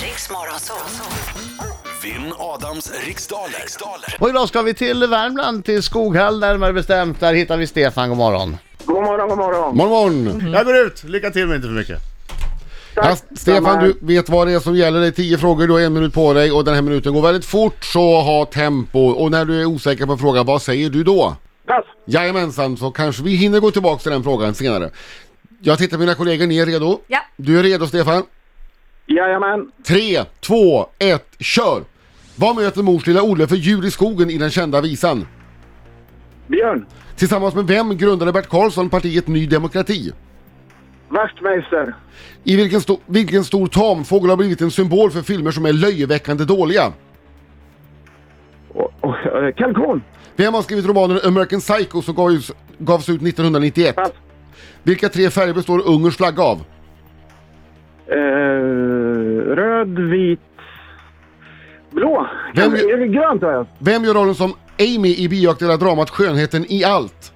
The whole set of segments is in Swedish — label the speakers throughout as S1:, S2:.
S1: Riks Morgonzoo.
S2: Vinn Adams riksdaler. riksdaler.
S3: Och idag ska vi till Värmland, till Skoghäll närmare bestämt. Där hittar vi Stefan, god morgon.
S4: God morgon, god morgon.
S5: Morgon, morgon.
S3: Mm. Jag går ut, lycka till men inte för mycket.
S5: Ja,
S4: Tack.
S5: Stefan, du vet vad det är som gäller. Det är tio frågor, du har en minut på dig och den här minuten går väldigt fort, så ha tempo. Och när du är osäker på en fråga, vad säger du då?
S4: Pass.
S5: Jajamensan, så kanske vi hinner gå tillbaka till den frågan senare. Jag tittar på mina kollegor, ni är redo?
S6: Ja.
S5: Du är redo Stefan?
S4: Jajamän.
S5: Tre, två, ett, kör! Vad möter mors lilla Olle för djur i skogen i den kända visan?
S4: Björn.
S5: Tillsammans med vem grundade Bert Karlsson partiet Ny Demokrati?
S4: Wachtmeister.
S5: I vilken, sto- vilken stor tamfågel har blivit en symbol för filmer som är löjeväckande dåliga?
S4: Och, och, eh, kalkon.
S5: Vem har skrivit romanen American Psycho som gavs, gavs ut 1991?
S4: Pass.
S5: Vilka tre färger består Ungerns flagga av?
S4: Eh, röd, vit, blå.
S5: Vem-
S4: Kan- är det grönt har jag.
S5: Vem gör rollen som Amy i bioaktuella dramat Skönheten i allt?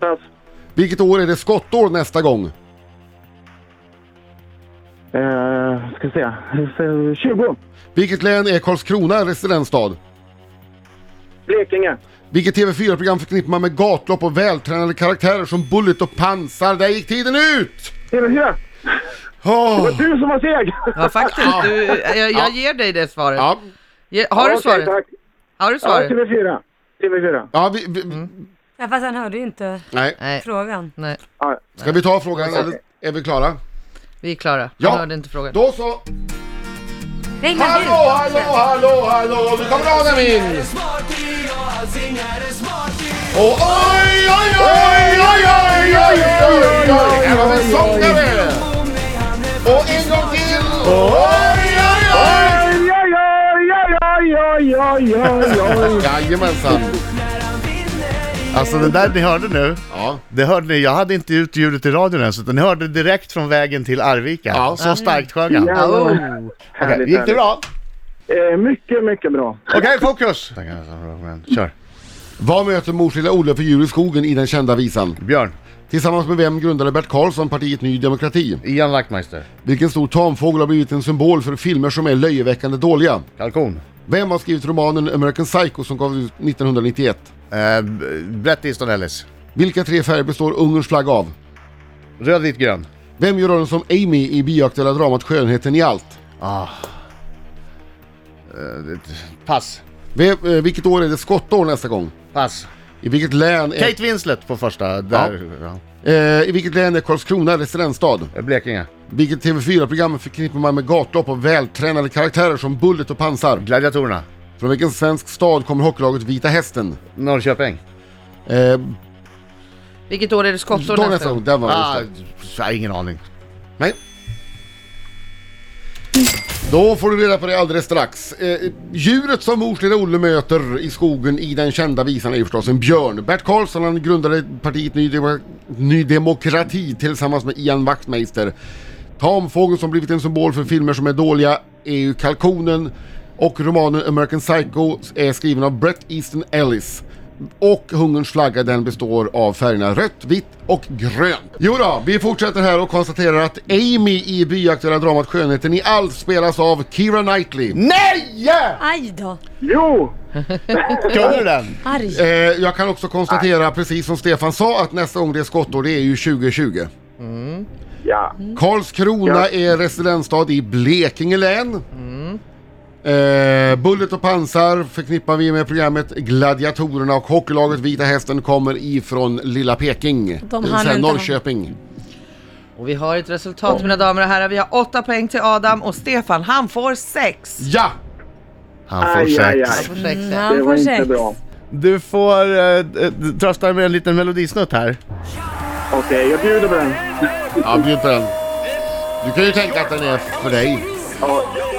S4: Pass.
S5: Vilket år är det skottår nästa gång?
S4: Eh, ska se. Eh, 20.
S5: Vilket län är Karlskrona en residensstad?
S4: Blekinge.
S5: Vilket TV4-program förknippar man med gatlopp och vältränade karaktärer som Bullet och Pansar? Där gick tiden ut!
S4: TV4.
S5: Åh.
S4: Du som var seg.
S7: Ja faktiskt, du, jag, jag ger dig det svaret.
S5: Ja,
S7: Ge- Har du
S4: Okej,
S7: svaret?
S4: tack.
S7: Har du
S4: Ja,
S7: svaret?
S4: TV4. TV4.
S5: ja vi, vi,
S6: Ja, fast han hörde ju inte
S5: Nej,
S7: Nej,
S6: frågan.
S7: nej,
S4: Ja.
S5: ska vi ta frågan eller är vi klara?
S7: vi är klara.
S5: Ja.
S7: Han hörde inte frågan.
S5: Då så!
S6: Ring
S5: Hallå, hallå, hallå, hallå! Nu kommer Adam in! Och oj, oj, oj, oj, oj, oj, oj, oj, oj! Här har vi en sångare! Och en gång till! Oj, oj, oj!
S4: Oj, oj, oj, oj, oj, oj, oj, oj.
S5: Jajamensan!
S3: Alltså det där ni hörde nu,
S5: Ja.
S3: det hörde ni, jag hade inte ut ljudet i radion ens utan ni hörde direkt från vägen till Arvika.
S5: Ja.
S3: Så starkt sjöng han.
S4: Ja.
S3: Okej,
S7: Oh.
S3: gick
S4: Härligt,
S3: det
S4: härligt.
S3: bra?
S4: Eh, mycket, mycket bra.
S3: Okej, fokus! Kör.
S5: Vad möter mors lilla Olle för djur i skogen i den kända visan?
S3: Björn,
S5: Tillsammans med vem grundade Bert Karlsson partiet Ny Demokrati?
S3: Ian Wachtmeister,
S5: Vilken stor tamfågel har blivit en symbol för filmer som är löjeväckande dåliga?
S3: kalkon.
S5: Vem har skrivit romanen American Psycho som gavs ut 1991?
S3: Eh, B- Bret Easton Ellis,
S5: Vilka tre färger består Ungerns flagga av?
S3: röd, vit, grön.
S5: Vem gör rollen som Amy i bioaktuella dramat Skönheten i allt?
S3: Pass,
S5: Vem, eh, vilket år är det skottår nästa gång?
S3: pass.
S5: I vilket län är,
S3: Kate Winslet på första, där.
S5: eh, i vilket län är Karlskrona residensstad?
S3: Ja. Blekinge.
S5: Vilket TV4-program förknippar man med gatlopp och vältränade karaktärer som Bullet och Pansar?
S3: Gladiatorerna.
S5: Från vilken svensk stad kommer hockeylaget Vita Hästen?
S3: Norrköping.
S5: Eh,
S7: Vilket år är det skottår
S5: då
S7: nästa
S5: nästa
S7: gång?
S5: gång, där var
S3: Ah,
S5: det.
S3: jag har ingen aning.
S5: Nej. Då får du reda på det alldeles strax. Eh, djuret som mors lilla Olle möter i skogen i den kända visan är ju förstås en björn. Bert Karlsson han grundade partiet Ny, Demo- Ny Demokrati tillsammans med Ian Wachtmeister. Tamfågeln som blivit en symbol för filmer som är dåliga är ju kalkonen och romanen American Psycho är skriven av Bret Easton Ellis. Och hungerns flagga den består av färgerna rött, vitt och grönt. Jo då, vi fortsätter här och konstaterar att Amy i byaaktuella dramat Skönheten i allt spelas av Keira Knightley.
S3: Nej!
S6: Aj då,
S4: Jo!
S3: Kunde du den?
S6: arg.
S5: Eh, jag kan också konstatera, precis som Stefan sa, att nästa gång det är skottår det är ju 2020.
S4: Ja.
S5: Karlskrona är residensstad i Blekinge län. Eh, Bullet och pansar förknippar vi med programmet Gladiatorerna och hockeylaget Vita Hästen kommer ifrån Lilla Peking,
S6: hann
S5: det vill säga
S6: inte han.
S5: Norrköping.
S7: Och vi har ett resultat mina damer och herrar. Vi har åtta poäng till Adam och Stefan han får sex.
S5: Ja!
S3: Han får
S4: Aj, aj,
S3: sex.
S7: Han
S4: aj.
S7: får sex ja.
S4: Det
S6: Han
S4: var
S6: får
S4: inte
S6: sex.
S4: bra.
S3: Du får eh, d- d- trösta dig med en liten melodisnutt här.
S4: Okej, jag bjuder på den.
S5: Ja, bjud på den. Du kan ju tänka att den är för dig.
S4: Ja,